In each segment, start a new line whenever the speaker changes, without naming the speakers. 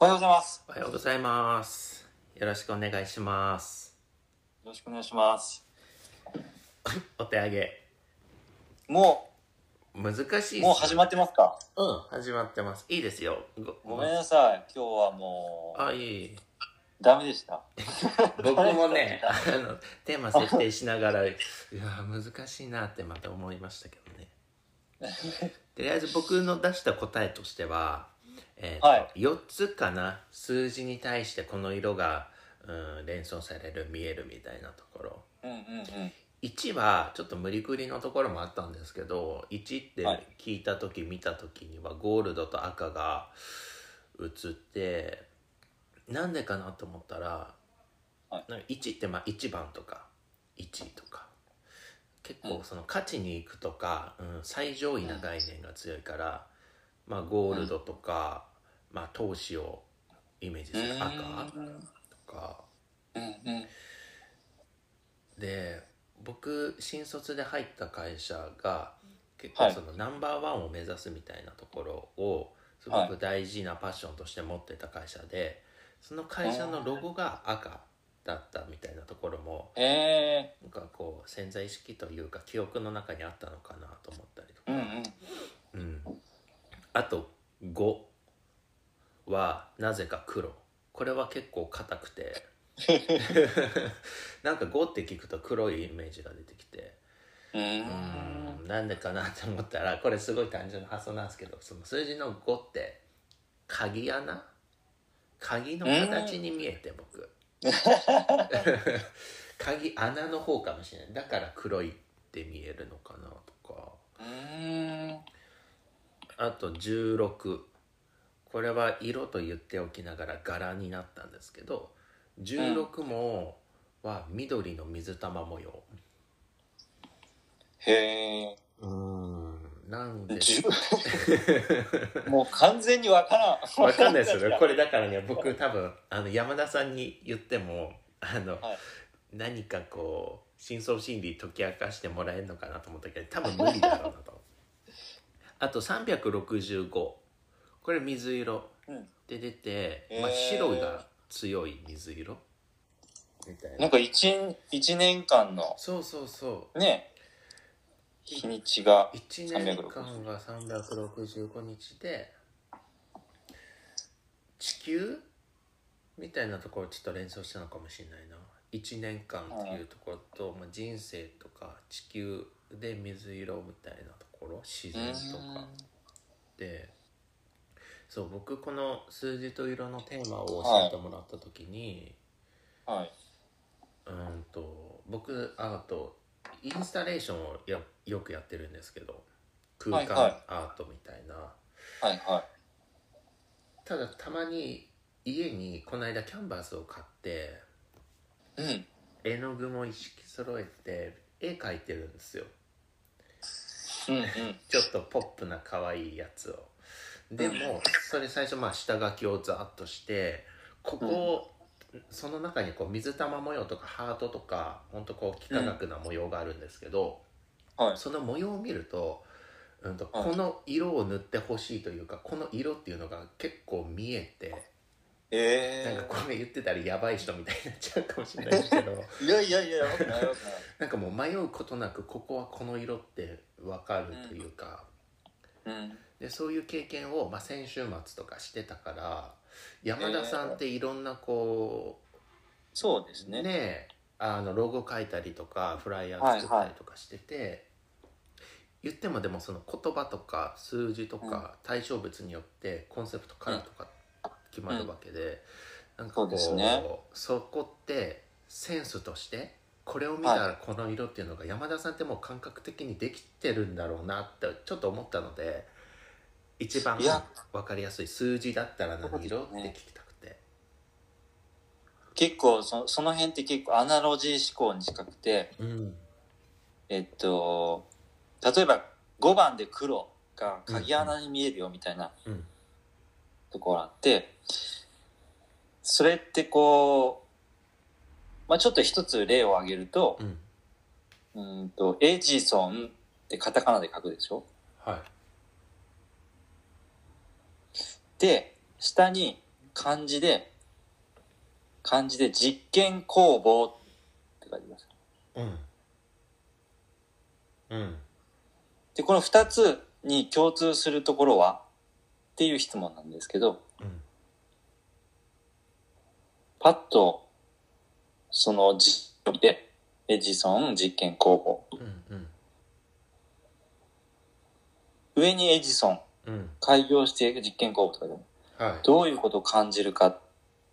おはようございます。
おはようございます。よろしくお願いします。
よろしくお願いします。
お手上げ。
も
難しいっす
う、
ね
もう始まってますか
うん、始まってます。いいですよ。
ご
ご
めんなさい。今日はも
あ、い い。
う、ダメでした。
僕もね、 あの、テーマ設定しながら、いやー、難しいなってまた思いましたけ どね。とりあえず僕の出した答えとしては、えーと
はい
4つかな、数字に対してこの色が、うん、連想される、見えるみたいなところ。
うんうんうん。
1はちょっと無理くりのところもあったんですけど1って
はい
聞いた時、見た時にはゴールドと赤が映ってなんでかなと思ったら、
は
なんか1ってまあ1番とか1とか結構その勝ちに行くとか、うん、最上位な概念が強いから、まあ、ゴールドとか、まあ、投資をイメージする赤とか。
うんうん。
で僕新卒で入った会社が結
は
構
い
そのナンバーワンを目指すみたいなところをすごく大事なパッションとして持ってた会社でその会社のロゴが赤だったみたいなところも
え
なんかこう潜在意識というか記憶の中にあったのかなと思ったりと
ー。う
か、
んうん。
うん、あと5はなぜか黒これは結構硬くて なんか5って聞くと黒いイメージが出てきて。
うーん。
うんなんでかなって思ったらこれすごい単純な発想なんですけどその数字の5って鍵穴鍵の形に見えて僕鍵穴の方かもしれないだから黒いって見えるのかなとか
うーん。
あと16これは色と言っておきながら柄になったんですけど16もは緑の水玉模様
へ
うんなん
え。
で
十もう完全にわからん。
わかんないですよね。これだからね、僕多分、あの、山田さんに言っても、あの、
はい
何かこう、深層心理解き明かしてもらえるのかなと思ったけど、多分無理だろうな と。あと365。これ水色
うん
で出て、まあ
えー
白が強い水色みたい
なん
な。
か一、一年間の、
そうそうそう。
ね、日にちが、
1年間が365日で地球みたいなところをちょっと連想したのかもしれないな1年間っていうところと、まあ、人生とか地球で水色みたいなところ自
うー
然とか
ん。
でそう僕この数字と色のテーマを教えてもらった時に、
はい。
うんと僕アートインスタレーションをやよくやってるんですけど空間
はいはい
アートみたいな、
はいは
ただたまに家にこの間キャンバスを買って
い。うん。
絵の具も一式揃えて絵描いてるんですよ
うんうん。
ちょっとポップな可愛いやつをでもそれ最初まあ下書きをざーっとしてここをその中にこう水玉模様とかハートとかほんとこう幾何学な模様があるんですけど、
はい。
その模様を見ると,、うん、と
はい
この色を塗ってほしいというかこの色っていうのが結構見えて
え
なん
え
かこれ言ってたらやばい人みたいになっちゃうかもしれないですけど
いやいやいや、やばくないやばくない。
なんかもう迷うことなくここはこの色って分かるというか、
うん。
でそういう経験を、まあ、先週末とかしてたから山田さんっていろんなこ
そうです
う、
ね。
ねえあのロゴ書いたりとかフライヤー作ったりとかしてて。言ってもでもその言葉とか数字とか対象物によってコンセプトカラーとか決まるわけで、なんかこう
そうですね
そこってセンスとしてこれを見たらこの色っていうのが山田さんってもう感覚的にできてるんだろうなってちょっと思ったので一番
いや
分かりやすい数字だったら何色っ
そう
て
ですね
聞きたくて、
結構そ、その辺って結構アナロジー思考に近くて、
うん
えっと、例えば5番で黒が鍵穴に見えるよみたいな
うん
ところあって、それってこう、まあちょっと一つ例を挙げると
う、ん
うーんと、エジソンってカタカナで書くでしょ
はい
で、下に漢字で、漢字で実験工房って書いてます。
うんうん
で、この二つに共通するところはっていう質問なんですけど、
うん
パッと、その実を見て、エジソン実験工房。
うんうん
上にエジソン、
うん
開業して実験工房とかでも、
はい
どういうことを感じるかっ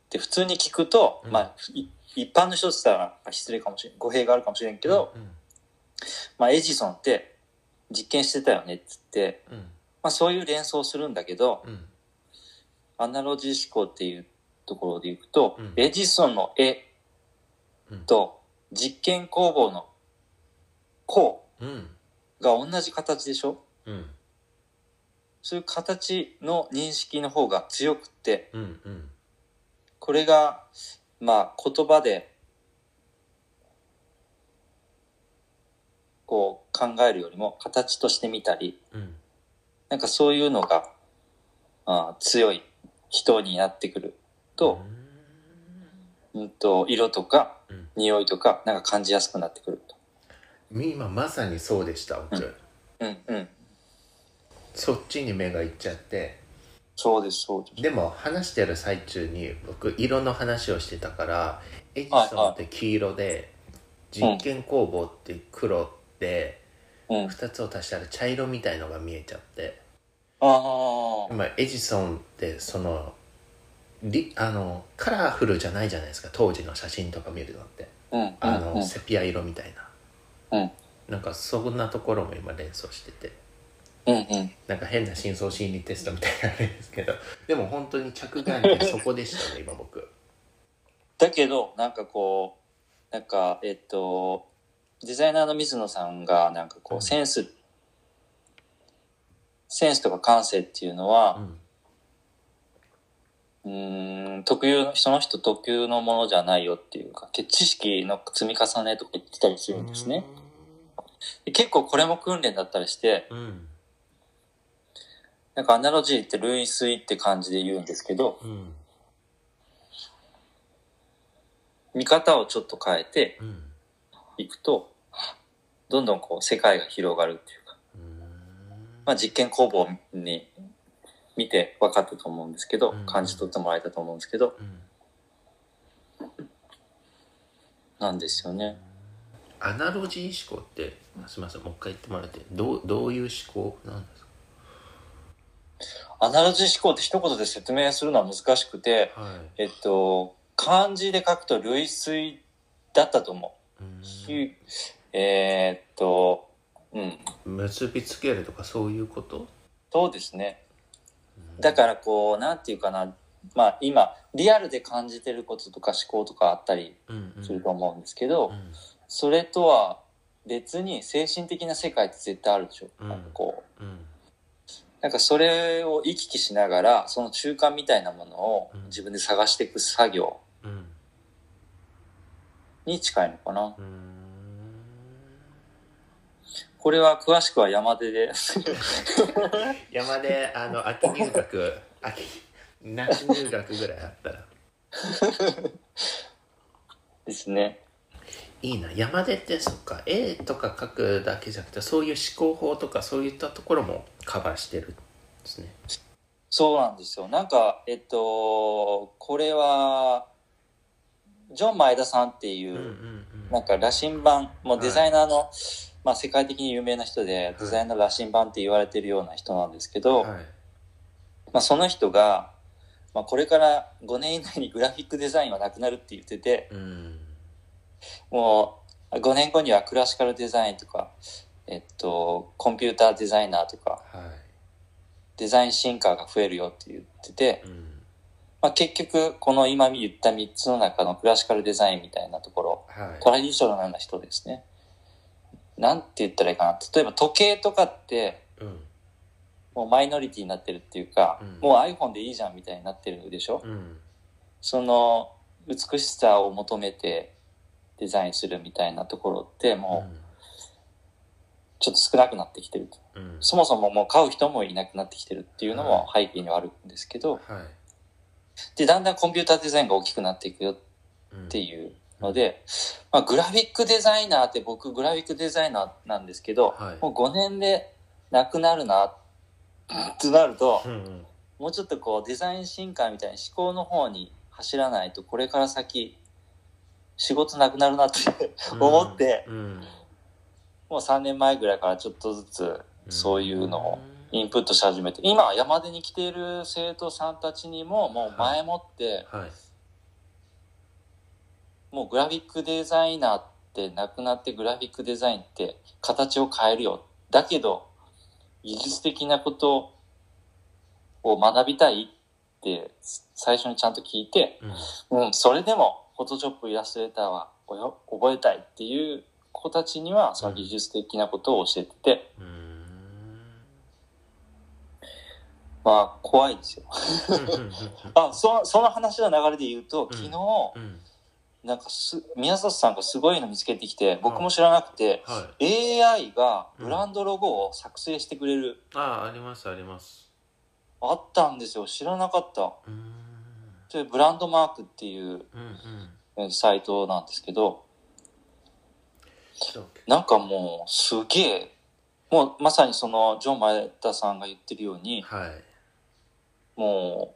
て普通に聞くと、
うん
まあ、い一般の人って言ったら失礼かもしれん、語弊があるかもしれんけど、
うん
まあ、エジソンって実験してたよねって言って、
うん
まあ、そういう連想するんだけど、
うん
アナロジー思考っていうところでいくと、
うん
エジソンの絵
うん
と実験工房のこ
うん
うが同じ形でしょ
うん
そういう形の認識の方が強くって、
うんうん
これが、まあ、言葉で、こう考えるよりも形として見たり、
うん
なんかそういうのが、あー強い人になってくると、うんと、色とか
うん、
匂いとか、なんか感じやすくなってくると。
今まさにそうでした僕、
うんうん。
そっちに目がいっちゃって
そうです、そうです。
でも話してる最中に僕色の話をしてたからエジソンって黄色で
はい
実験工房って黒で
うん。あ
2つを足したら茶色みたいのが見えちゃって
あ。
まあエジソンってそのリあのカラフルじゃないじゃないですか当時の写真とか見るのって
うんうん。
あの、
うん
セピア色みたいな、
うん
なんかそんなところも今連想してて
うんうん。
なんか変な深層心理テストみたいなあれですけどでも本当に着眼点そこでしたね今僕
だけど、なんかこう、なんか、えっと、デザイナーの水野さんが、なんかこ
うん
う、センス、センスとか感性っていうの
う
は、
ん
うーん、特有の、その人特有のものじゃないよっていうか、け知識の積み重ねとか言ってたりするんですね。で結構これも訓練だったりして、
うん
なんかアナロジーって類推って感じで言うんですけど、
うん
見方をちょっと変えて
うん
いくと、どんどんこう世界が広がるっていうか、まあ、実験工房に見て分かったと思うんですけど
うん、
感じ取ってもらえたと思うんですけど、
うん
なんですよね。
アナロジー思考ってすみませんもう一回言ってもらってどうどういう思考なんですか
アナロジー思考って一言で説明するのは難しくて、
はい
えっと、漢字で書くと類推だったと思
う
う。
ん
えーっと、うん、
結びつけるとかそういうこと
そうですね。だからこう、なんていうかな、まあ今、リアルで感じてることとか思考とかあったり
ら、うんうん、
すると思うんですけど、
うん
それとは別に精神的な世界って絶対あるでしょ。
うん
なんかこう、
うん
なんかそれを行き来しながら、その中間みたいなものを
うん
自分で探していく作業
うん
に近いのかな。
うーん
これは詳しくは山手で、
山であ の秋入学秋夏入学ぐらいあったら
ですね。
いいな山でってそっか絵とか描くだけじゃなくてそういう思考法とかそういったところもカバーしてるんですね
そうなんですよ。なんか、えっと、これは、ジョン前田さんっていう、
うんうんうん
なんか羅針盤、もうデザイナーの、まあ世界的に有名な人で、デザイナー羅針盤って言われてるような人なんですけど、
はい
まあその人が、まあこれから5年以内にグラフィックデザインはなくなるって言ってて、
うん
もう5年後にはクラシカルデザインとか、えっと、コンピューターデザイナーとか、
は
デザインシンカーが増えるよって言ってて
い、うん
まあ結局この今言った3つの中のクラシカルデザインみたいなところ、
はい
コラリーショのような人ですね。なんて言ったらいいかな。例えば時計とかって、
うん
もうマイノリティになってるっていうか、
うん
もう iPhone でいいじゃんみたいになってるでしょ、
うん
その美しさを求めてデザインするみたいなところってもうちょっと少なくなってきてると、
うんうん
そもそももう買う人もいなくなってきてるっていうのも背景にはあるんですけど、
はい
で、だんだんコンピューターデザインが大きくなっていくよっ
うん
ていうので、まあ、グラフィックデザイナーって僕グラフィックデザイナーなんですけど、
はい
もう5年でなくなるなってなると
う、んうん
もうちょっとこうデザイン進化みたいに思考の方に走らないとこれから先仕事なくなるなって 思って、
うんうん
もう3年前ぐらいからちょっとずつそういうのをインプットし始めて今は山手に来ている生徒さんたちにももう前もって
はい
もうグラフィックデザイナーってなくなってグラフィックデザインって形を変えるよだけど技術的なことを学びたいって最初にちゃんと聞いて
うん
うん、それでも、フォトショップ、イラストレーターはおよ覚えたいっていう子たちには、その技術的なことを教えてて、
うーん
まあ、怖いですよ。
うん
あ、そその話の流れで言うと、昨日、
うんうん
なんかす、宮里さんがすごいの見つけてきて、僕も知らなくて、
はい
AI がブランドロゴを作成してくれる、
ああありますあります
あったんですよ。知らなかった。
うーん
それブランドマークっていう
うんうん
えサイトなんですけど、
そう
なんかもう、すげえ、もうまさにその、ジョン・マエタさんが言ってるように、
はい
も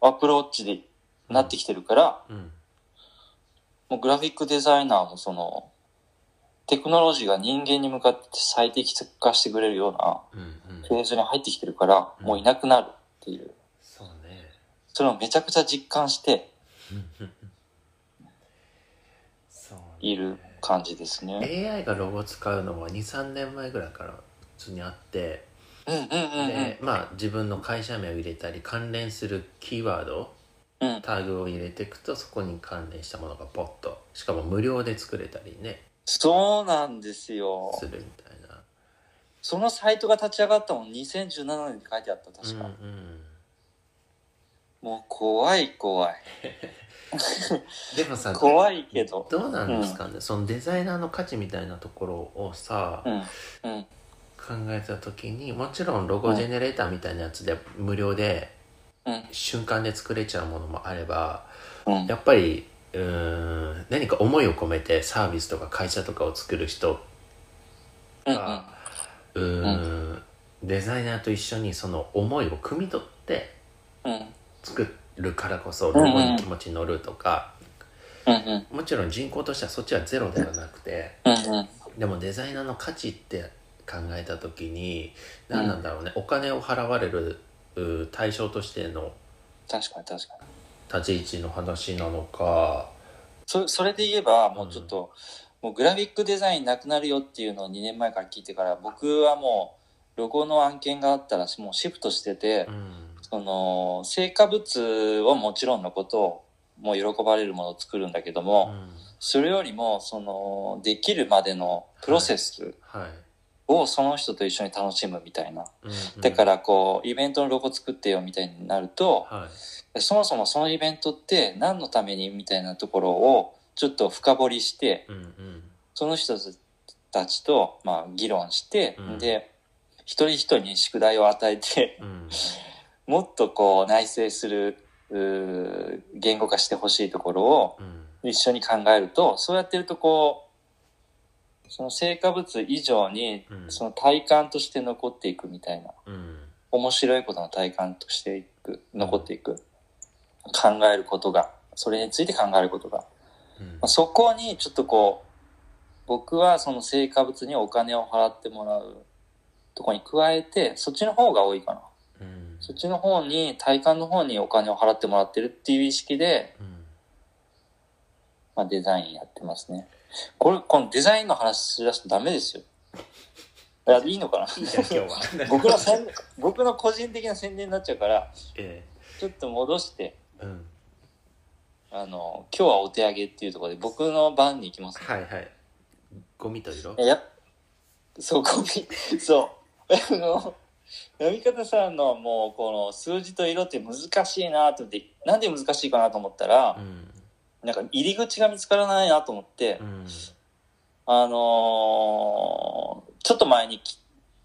う、アプローチでなってきてるから、
うん
もうグラフィックデザイナーもその、テクノロジーが人間に向かって最適化してくれるような
うんうん
フェーズに入ってきてるから、
うん
もういなくなるっていう。
そうね
それをめちゃくちゃ実感して
そうね
いる感じですね。
AI がロゴ使うのは23年前ぐらいから普通にあって
うんうんうんうん
で。まあ自分の会社名を入れたり関連するキーワード
うん
タグを入れていくとそこに関連したものがポッとしかも無料で作れたりね
そうなんですよ。
するみたいな
そのサイトが立ち上がったの2017年に書いてあった、確か。
うんうん
もう怖い怖い。
でもさ
怖いけど。
どうなんですかね、そのデザイナーの価値みたいなところをさ、
うん。うん。
考えた時にもちろんロゴジェネレーターみたいなやつで無料で
うん
瞬間で作れちゃうものもあれば
うん。
やっぱりうーん何か思いを込めてサービスとか会社とかを作る人
うん
がうーんデザイナーと一緒にその思いを汲み取って
うんうん
作るからこそロゴに気持ち乗るとか
うんうん
もちろん人口としてはそっちはゼロではなくて。
うんうん
でもデザイナーの価値って考えた時に何なんだろうね、お金を払われるう対象としての
確かに確かに
立ち位置の話なのか
そそれで言えばもうちょっと、もうグラフィックデザインなくなるよっていうのを2年前から聞いてから僕はもうロゴの案件があったらもうシフトしてて、
うん
その成果物をもちろんのことをもう喜ばれるものを作るんだけど
う
も、
ん
それよりもそのできるまでのプロセス
はい、
をその人と一緒に楽しむみたいな、
うんうん
だからこうイベントのロゴ作ってよみたいになると、
はい
そもそもそのイベントって何のためにみたいなところをちょっと深掘りして、
うんうん
その人たちと、まあ、議論して、
うん
で、一人一人に宿題を与えて、
うん
もっとこう内省する、うー言語化してほしいところを
うん
一緒に考えると、そうやってるとこう、その成果物以上に、
うん
その体感として残っていくみたいな、
うん
面白いことの体感としていく、残っていく。考えることが、それについて考えることが。
うん
まあ、そこにちょっとこう、僕はその成果物にお金を払ってもらうとこに加えて、そっちの方が多いかな。
うん
そっちの方に、体感の方にお金を払ってもらってるっていう意識で、
うん
まあ、デザインやってますね。これ、このデザインの話しだすとダメですよ。いや、いいのかない
いじゃん今日は
僕の宣僕の個人的な宣伝になっちゃうから、
え
ちょっと戻して、
えうん
あの、今日はお手上げっていうところで、僕の番に行きますね。
はいはいゴミと色
いや、そう、ゴミ、そう。あの、読み方さんのもう、この数字と色って難しいなと思って、なんで難しいかなと思った
う
ら、
ん
なんか入り口が見つからないなと思って
う、ん
あのーちょっと前にき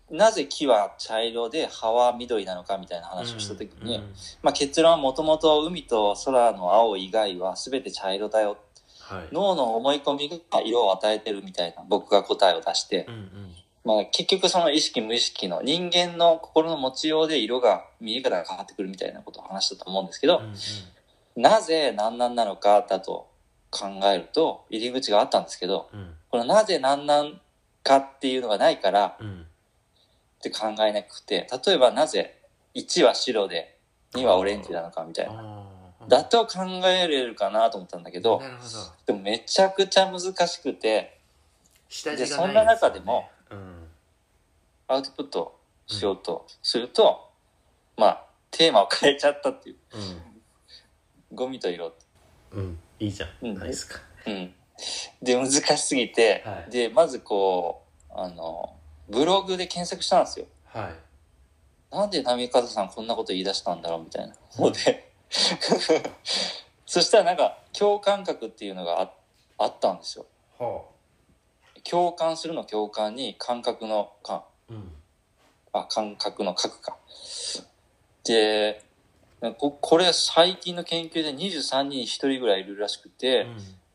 なぜ木は茶色で葉は緑なのかみたいな話をした時に、
うんうん
まあ、結論はもともと海と空の青以外は全て茶色だよ
はい
脳の思い込みが色を与えてるみたいな僕が答えを出して
う、んうん
まあ、結局その意識無意識の人間の心の持ちようで色が見え方が変わってくるみたいなことを話したと思うんですけど
うん、うん
なぜ南南なのかだと考えると入り口があったんですけど
うん
このなぜ南南かっていうのがないから
うん
って考えなくて例えばなぜ1は白で2はオレンジなのかみたいな
あー
だと考えれるかなと思ったんだけど
なるほど
でもめちゃくちゃ難しくて
下
で
地が
そ
い
んな中でも
すよねうん
アウトプットしようとすると、まあテーマを変えちゃったっていうゴミと色、
うん、うん、いいじゃん、
うん
ないですか
うん、で難しすぎて、
はい
でまずこうあのブログで検索したんですよ
はい
なんで波方さんこんなこと言い出したんだろうみたいなので そしたらなんか共感覚っていうのがああったんですよ
は
共感するの共感に感覚の感
あうん
あ感覚の核かでここれ最近の研究で23人に1人ぐらいいるらしくて、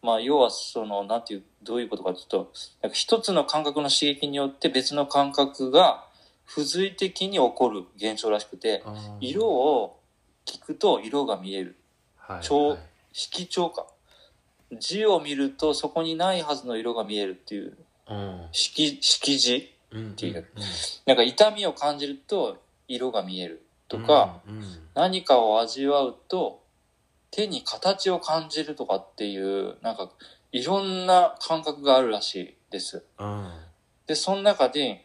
まあ要はそのなんていうどういうことかというとなんか一つの感覚の刺激によって別の感覚が付随的に起こる現象らしくて、
うん
色を聞くと色が見える
はい
超
はい
色調か字を見るとそこにないはずの色が見えるっていう
うん
色色字
うん
ていう
うん
なんか痛みを感じると色が見えるとか、
うんうん
何かを味わうと手に形を感じるとかっていうなんかいろんな感覚があるらしいです
うん
でその中で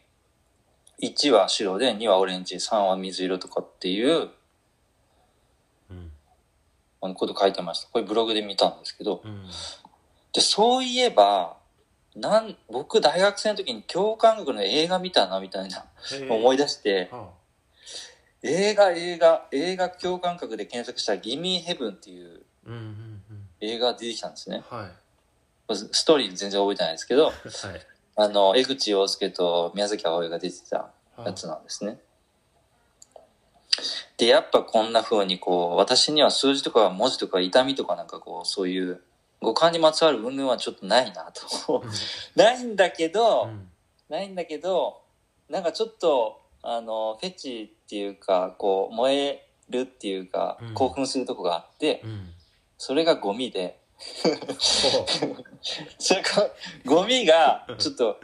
1は白で2はオレンジ3は水色とかっていう
うん
あのこと書いてましたこれブログで見たんですけど
うん
で、そういえば、なん、僕大学生の時に共感覚の映画見たな、みたいな、思い出して、
は
映画、映画、映画共感覚で検索したギミーヘブンっていう
あうんうんうん
映画が出てきたんですね。
はい
ストーリー全然覚えてないですけど、
はい
あの、江口洋介と宮崎葵が出てたやつなんですね。で、やっぱこんな風にこう、私には数字とか文字とか痛みとかなんかこう、そういう五感にまつわる云々はちょっとないなと。 ないんだけど、
うん
ないんだけどなんかちょっとあのフェチっていうかこう燃えるっていうか、
うん
興奮するとこがあって
うん
それがゴミで
ほう
それかゴミがちょっと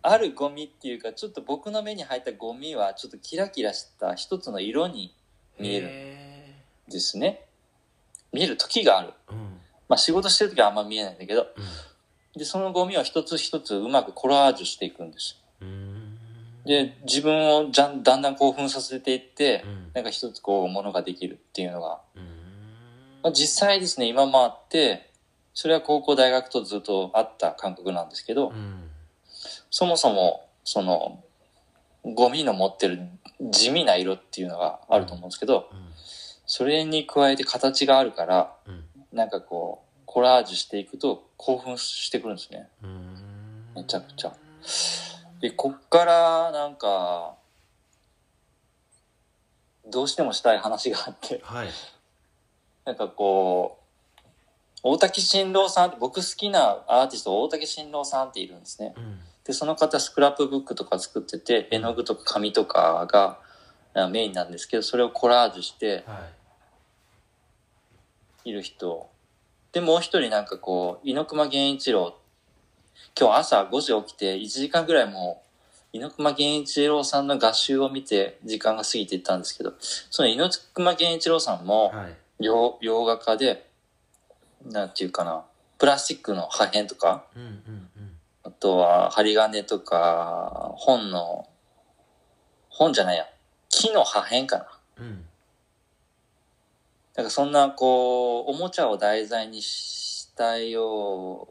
あるゴミっていうかちょっと僕の目に入ったゴミはちょっとキラキラした一つの色に見える
へ
ですね見える時がある
ーうん
まあ仕事してる時はあんま見えないんだけどでそのゴミを一つ一つうまくコラージュしていくんです
うん
で自分をじゃんだんだん興奮させていって、
うん
なんか一つこうものができるっていうのが、
うん
まあ、実際ですね今もあってそれは高校大学とずっとあった感覚なんですけど、
うん
そもそもそのゴミの持ってる地味な色っていうのがあると思うんですけど
うん
それに加えて形があるから
うん
なんかこうコラージュしていくと興奮してくるんですね。
うん
めちゃくちゃでこっからなんかどうしてもしたい話があって
はい
なんかこう、大竹新郎さんって、僕好きなアーティスト、大竹新郎さんっているんですね。
うん
で、その方、スクラップブックとか作ってて、絵の具とか紙とかがあメインなんですけど、それをコラージュして
はい
いる人。で、もう一人なんかこう、猪熊源一郎。今日朝5時起きて、1時間ぐらいもう、猪熊源一郎さんの合集を見て、時間が過ぎていったんですけど、その猪熊源一郎さんも、
はい
洋洋画家でなんていうかなプラスチックの破片とか
うんうんうん
あとは針金とか本の本じゃないや木の破片かな
うん
なんかそんなこうおもちゃを題材にしたよ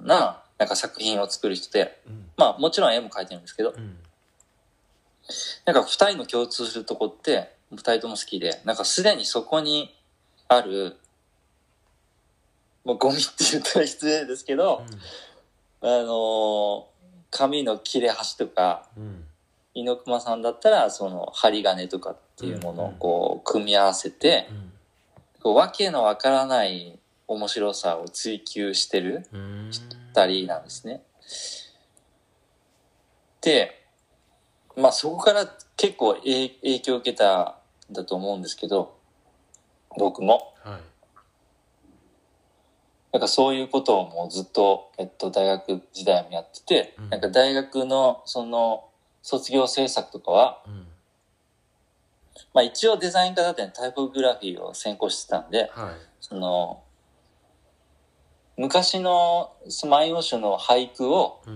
うななんか作品を作る人で
うん
まあもちろん絵も描いてるんですけど
うん
なんか二人の共通するとこって二人とも好きでなんかすでにそこにあるもうゴミって言ったら失礼ですけど、
うん
あのー紙の切れ端とか
うん
猪熊さんだったらその針金とかっていうものをこう組み合わせて、こう訳のわからない面白さを追求してる
うん
たりなんですね。で、まあそこから結構影影響を受けたんだと思うんですけど、僕も。
はい
なんかそういうことをもうずっと、えっと、大学時代もやってて、
うん
なんか大学のその卒業制作とかは、
うん
まあ一応デザイン科だったんでタイポグラフィーを専攻してたんで、
はい
その、昔のスマイオシュの俳句を
う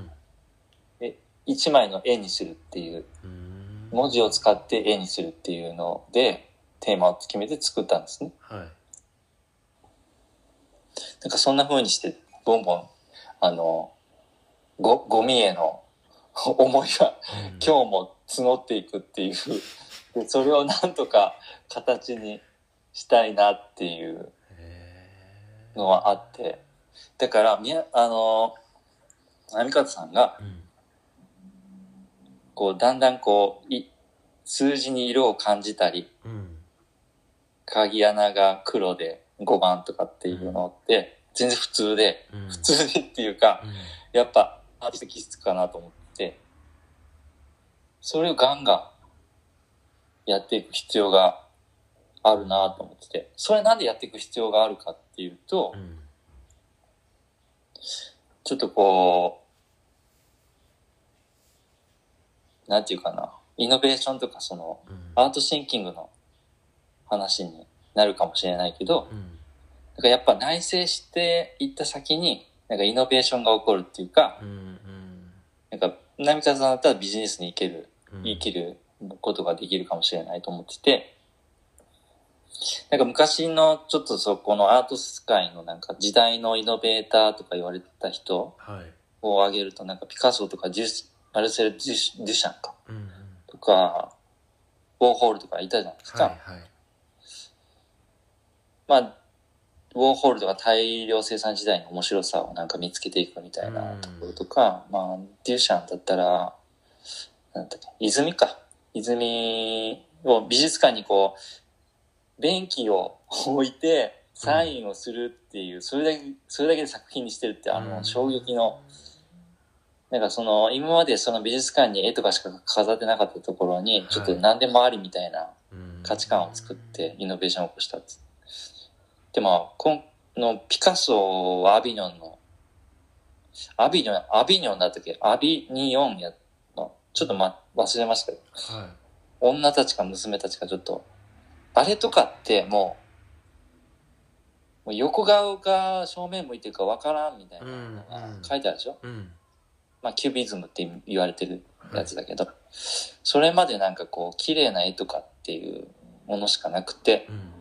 ん
一枚の絵にするっていう
うん
文字を使って絵にするっていうのでテーマを決めて作ったんですね。
はい
なんかそんな風にしてボンボンあのごゴミへの 思いが
うん
今日も募っていくっていう でそれをなんとか形にしたいなっていう
へー
のはあってだからみやあの波方さんが
うん
こうだんだんこうい数字に色を感じたり
うん
鍵穴が黒で5番とかっていうのって、全然普通で、
うん
普通でっていうか、
うん
やっぱアーティスト気質かなと思って、それをガンガンやっていく必要があるなと思ってて、それなんでやっていく必要があるかっていうと
う、ん
ちょっとこう、なんていうかな、イノベーションとかその、
うん
アートシンキングの話になるかもしれないけど、
うん
なんかやっぱ内省していった先に、なんかイノベーションが起こるっていうか、
うん
なんか、波風さんだったらビジネスに行ける、
うん
生きることができるかもしれないと思ってて、なんか昔のちょっとそこのアート世界のなんか時代のイノベーターとか言われてた人
はい
を挙げるとなんかピカソとかデュスマルセル・デュシデュシャンか
うんうん
とか、ウォーホールとかいたじゃないですか。
はいはい
まあ、ウォーホールとか大量生産時代の面白さをなんか見つけていくみたいなところとか、まあ、デュシャンだったら、なんだっけ、泉か。泉を美術館にこう、便器を置いて、サインをするっていう、それだけ、それだけで作品にしてるって、あ
う
の、
ん
衝撃の、なんかその、今までその美術館に絵とかしか飾ってなかったところに、ちょっと何でもありみたいな、
うん
価値観を作ってイノベーションを起こしたっつでまあこのピカソはアビニョンのアビニョンアビニョンだったっけアビニヨンやのちょっと、ま、忘れましたけど
は
女たちか娘たちかちょっとあれとかってもうもう横顔が正面向いてるかわからんみたいなのが書いてあるでしょ、
いうん
まあ、キュビズムって言われてるやつだけど、それまでなんかこう綺麗な絵とかっていうものしかなくて
うん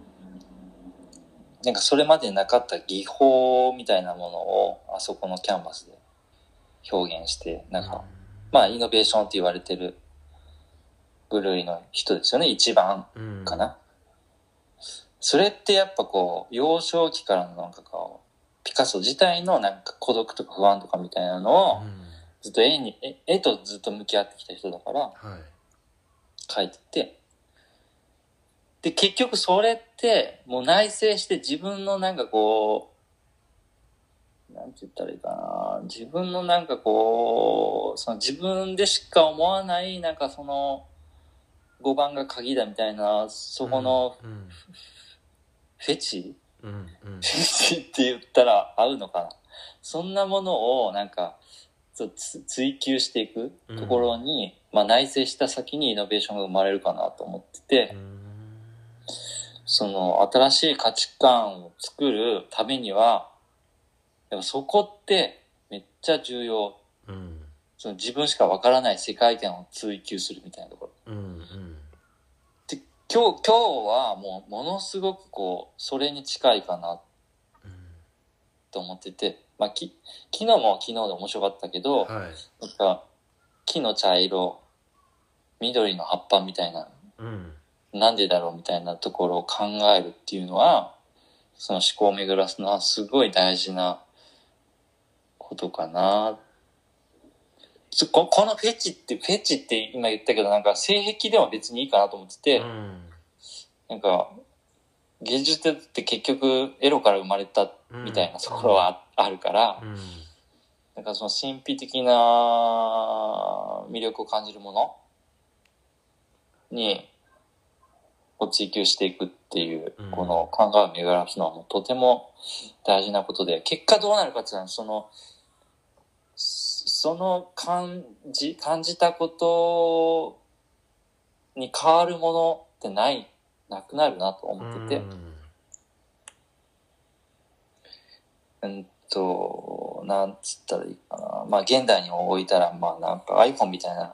なんかそれまでなかった技法みたいなものをあそこのキャンバスで表現してなんか、まあイノベーションって言われてる部類の人ですよね一番
うん
かな、それってやっぱこう幼少期からのなんかこうピカソ自体のなんか孤独とか不安とかみたいなのを
うん
ずっと絵に絵絵とずっと向き合ってきた人だから、
はい
書いてて。で、結局それって、もう内省して自分のなんかこう、なんて言ったらいいかな。自分のなんかこう、その自分でしか思わない、なんかその、5番が鍵だみたいな、そこの
うん
フェチ、
うんうん
フェチって言ったら合うのかな。そんなものをなんか、そうつ追求していくところに、まあ内省した先にイノベーションが生まれるかなと思ってて、
うん
その新しい価値観を作るためには、やっぱそこってめっちゃ重要。
うん
その自分しかわからない世界観を追求するみたいなところ。
うんうん
で、今日、今日はもうものすごくこう、それに近いかな
うん
と思ってて、まあき、昨日も昨日で面白かったけど、
はい
なんか木の茶色、緑の葉っぱみたいな
うん
なんでだろうみたいなところを考えるっていうのは、その思考を巡らすのはすごい大事なことかな。ちょここのフェチって、フェチって今言ったけど、なんか性癖では別にいいかなと思ってて、
うん
なんか、芸術って結局エロから生まれた
うん
みたいなところはああるから、
うん
なんかその神秘的な魅力を感じるものに、を追求していくっていう
うん、
この考えを巡らすのはもうとても大事なことで、結果どうなるかっていうのは、その、そその感じ、感じたことに変わるものってない、なくなるなと思ってて、
うん
うんと、なんつったらいいかな。まあ、現代に置いたら、まあ、なんか iPhone みたいな、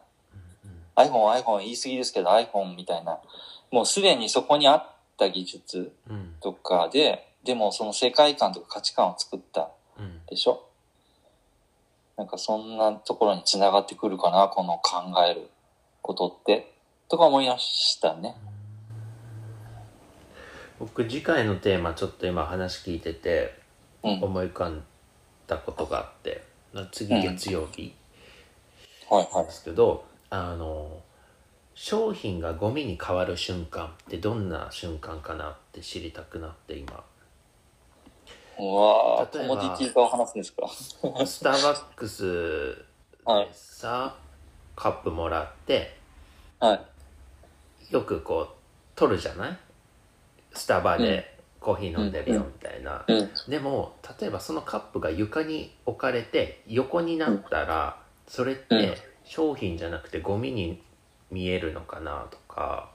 iPhone、iPhone 言い過ぎですけど、iPhone みたいな、もうすでにそこにあった技術
うんうん
とかで、でもその世界観とか価値観を作った
うん
でしょなんかそんなところに繋がってくるかな、この考えることって、とか思いましたね。
僕次回のテーマちょっと今話聞いてて
うん。
思い浮かんだことがあって次月曜日
はい
な
は
ん
い
で。すけど、あの商品がゴミに変わる瞬間ってどんな瞬間かなって知りたくなって今
うわぁ、
例
コ
えば
モディティ化を話すんですか。
スターバックスで
はい
さ、カップもらって
はい。
よくこう取るじゃないスタバでコーヒー飲んでるよみたいな、
うん。
でも例えばそのカップが床に置かれて横になったら、それっ
うん
て商品じゃなくてゴミに見えるのかなとか、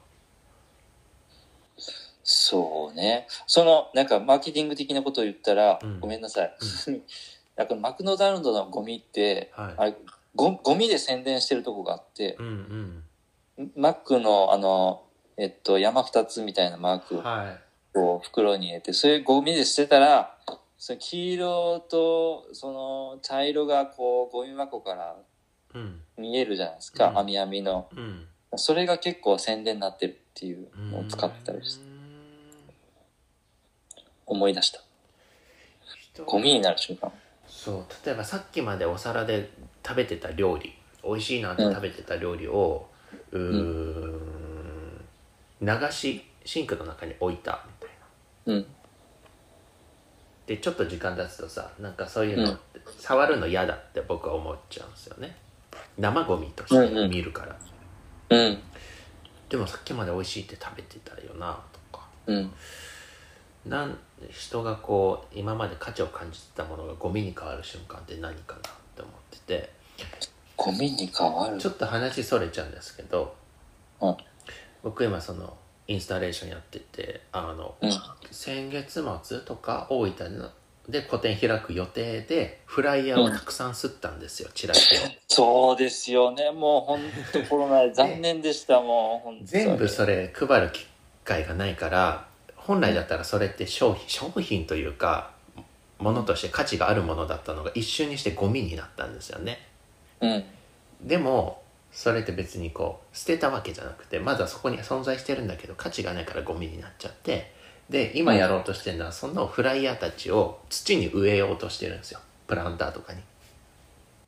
そうね。その、なんか、マーケティング的なことを言ったら、
うん
ごめんなさい。 なんか、マクドナルドのゴミって、
はい、
あれゴ、ゴミで宣伝してるとこがあって、
うんうん
マックの、あの、えっと、山二つみたいなマーク
は
を袋に入れて、それゴミで捨てたら、その黄色と、その、茶色が、こう、ゴミ箱から
いうん
見えるじゃないですか
う。ん
網網の。
うん
それが結構宣伝になってるっていうのを使ってたりし
う
て、
ーん
思い出した。
人
ゴミになる瞬間。
そう例えばさっきまでお皿で食べてた料理美味しいなって食べてた料理を、うーん流しシンクの中に置いたみたいな
うん。
でちょっと時間経つとさなんかそういうのって、触るの嫌だって僕は思っちゃうんですよね生ゴミとして見るから、
うん。
でもさっきまで美味しいって食べてたよなとか
うん。
なん人がこう今まで価値を感じてたものがゴミに変わる瞬間って何かなって思ってて
ゴミに変わる
ち。ょっと話それちゃうんですけど、
うん
僕今そのインスタレーションやっててあの、
うん
先月末とか大分ので個展開く予定でフライヤーをたくさん吸ったんですよ、チラシを
そうですよね。もう本当コロナで残念でした、もう本当に。
全部それ配る機会がないから本来だったらそれって商品商品というかものとして価値があるものだったのが一瞬にしてゴミになったんですよね
うん。
でもそれって別にこう捨てたわけじゃなくてまだそこに存在してるんだけど価値がないからゴミになっちゃってで今やろうとしてるのはそのフライヤーたちを土に植えようとしてるんですよプランターとかに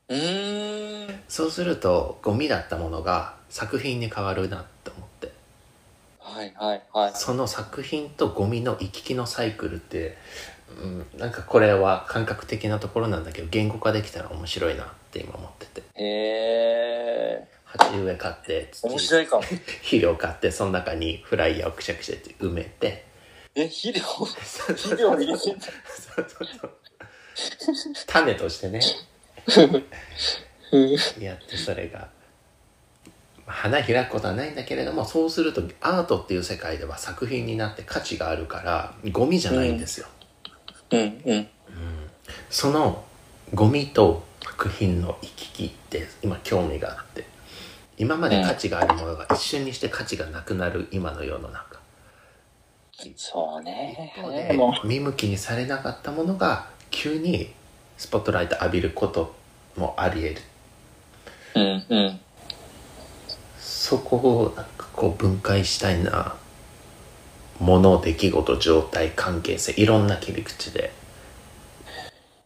うーん。
そうするとゴミだったものが作品に変わるなって思って
はいはいはい。
その作品とゴミの行き来のサイクルって、うん、なんかこれは感覚的なところなんだけど言語化できたら面白いなって今思ってて
へえ。
鉢植え買って土
面白い かも。
肥料買ってその中にフライヤーをくしゃくしゃって埋めて
え、肥料
そうそう
肥料入れてんだ
そうそう種としてねやってそれがまあ花開くことはないんだけれどもそうするとアートっていう世界では作品になって価値があるからゴミじゃないんですよ、
うんうん。
そのゴミと作品の行き来って今興味があって今まで価値があるものが一瞬にして価値がなくなる今の世の中
そうね。
で
も
見向きにされなかったものが急にスポットライト浴びることもあり
う、
得る
うんうん。
そこをなんかこう分解したいなもの出来事状態関係性いろんな切り口で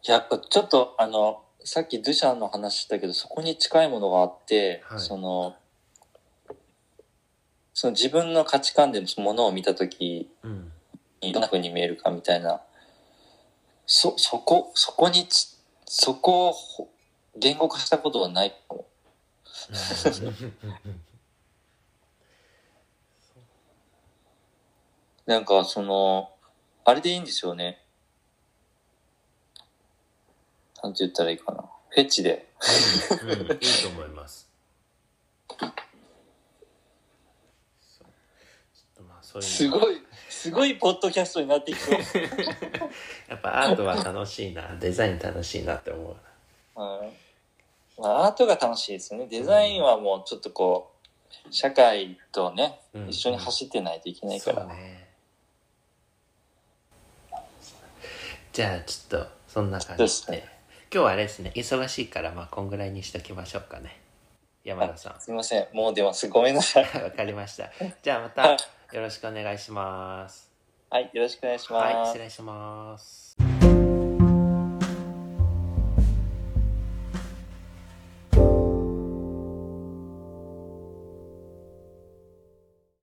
やっぱちょっと、あの、さっきドゥシャンの話したけど、そこに近いものがあって、
はい
その、その自分の価値観でものを見たとき
うん
にどんな風に見えるかみたいな、そ、そこ、そこにち、そこをほ言語化したことはないかも。なんか、その、あれでいいんですよね。なんて言ったらいいかな。フェチで。
うん、いいと思います。そうちょっとまあそういう
すごい、すごいポッドキャストになっていく。
やっぱアートは楽しいな、デザイン楽しいなって思うな。
はいまあ、アートが楽しいですよね。デザインはもうちょっとこう、社会とね、
うん
一緒に走ってないといけないから。
そうねじゃあちょっとそんな感じ
そう
で
です
今日はあれですね忙しいからまあこんぐらいにしときましょうかね山田さん
すいません。もう出ます。ごめんなさい。
わかりましたじゃあまたよろしくお願いします
はい、よろしくお願いします。
はい失礼します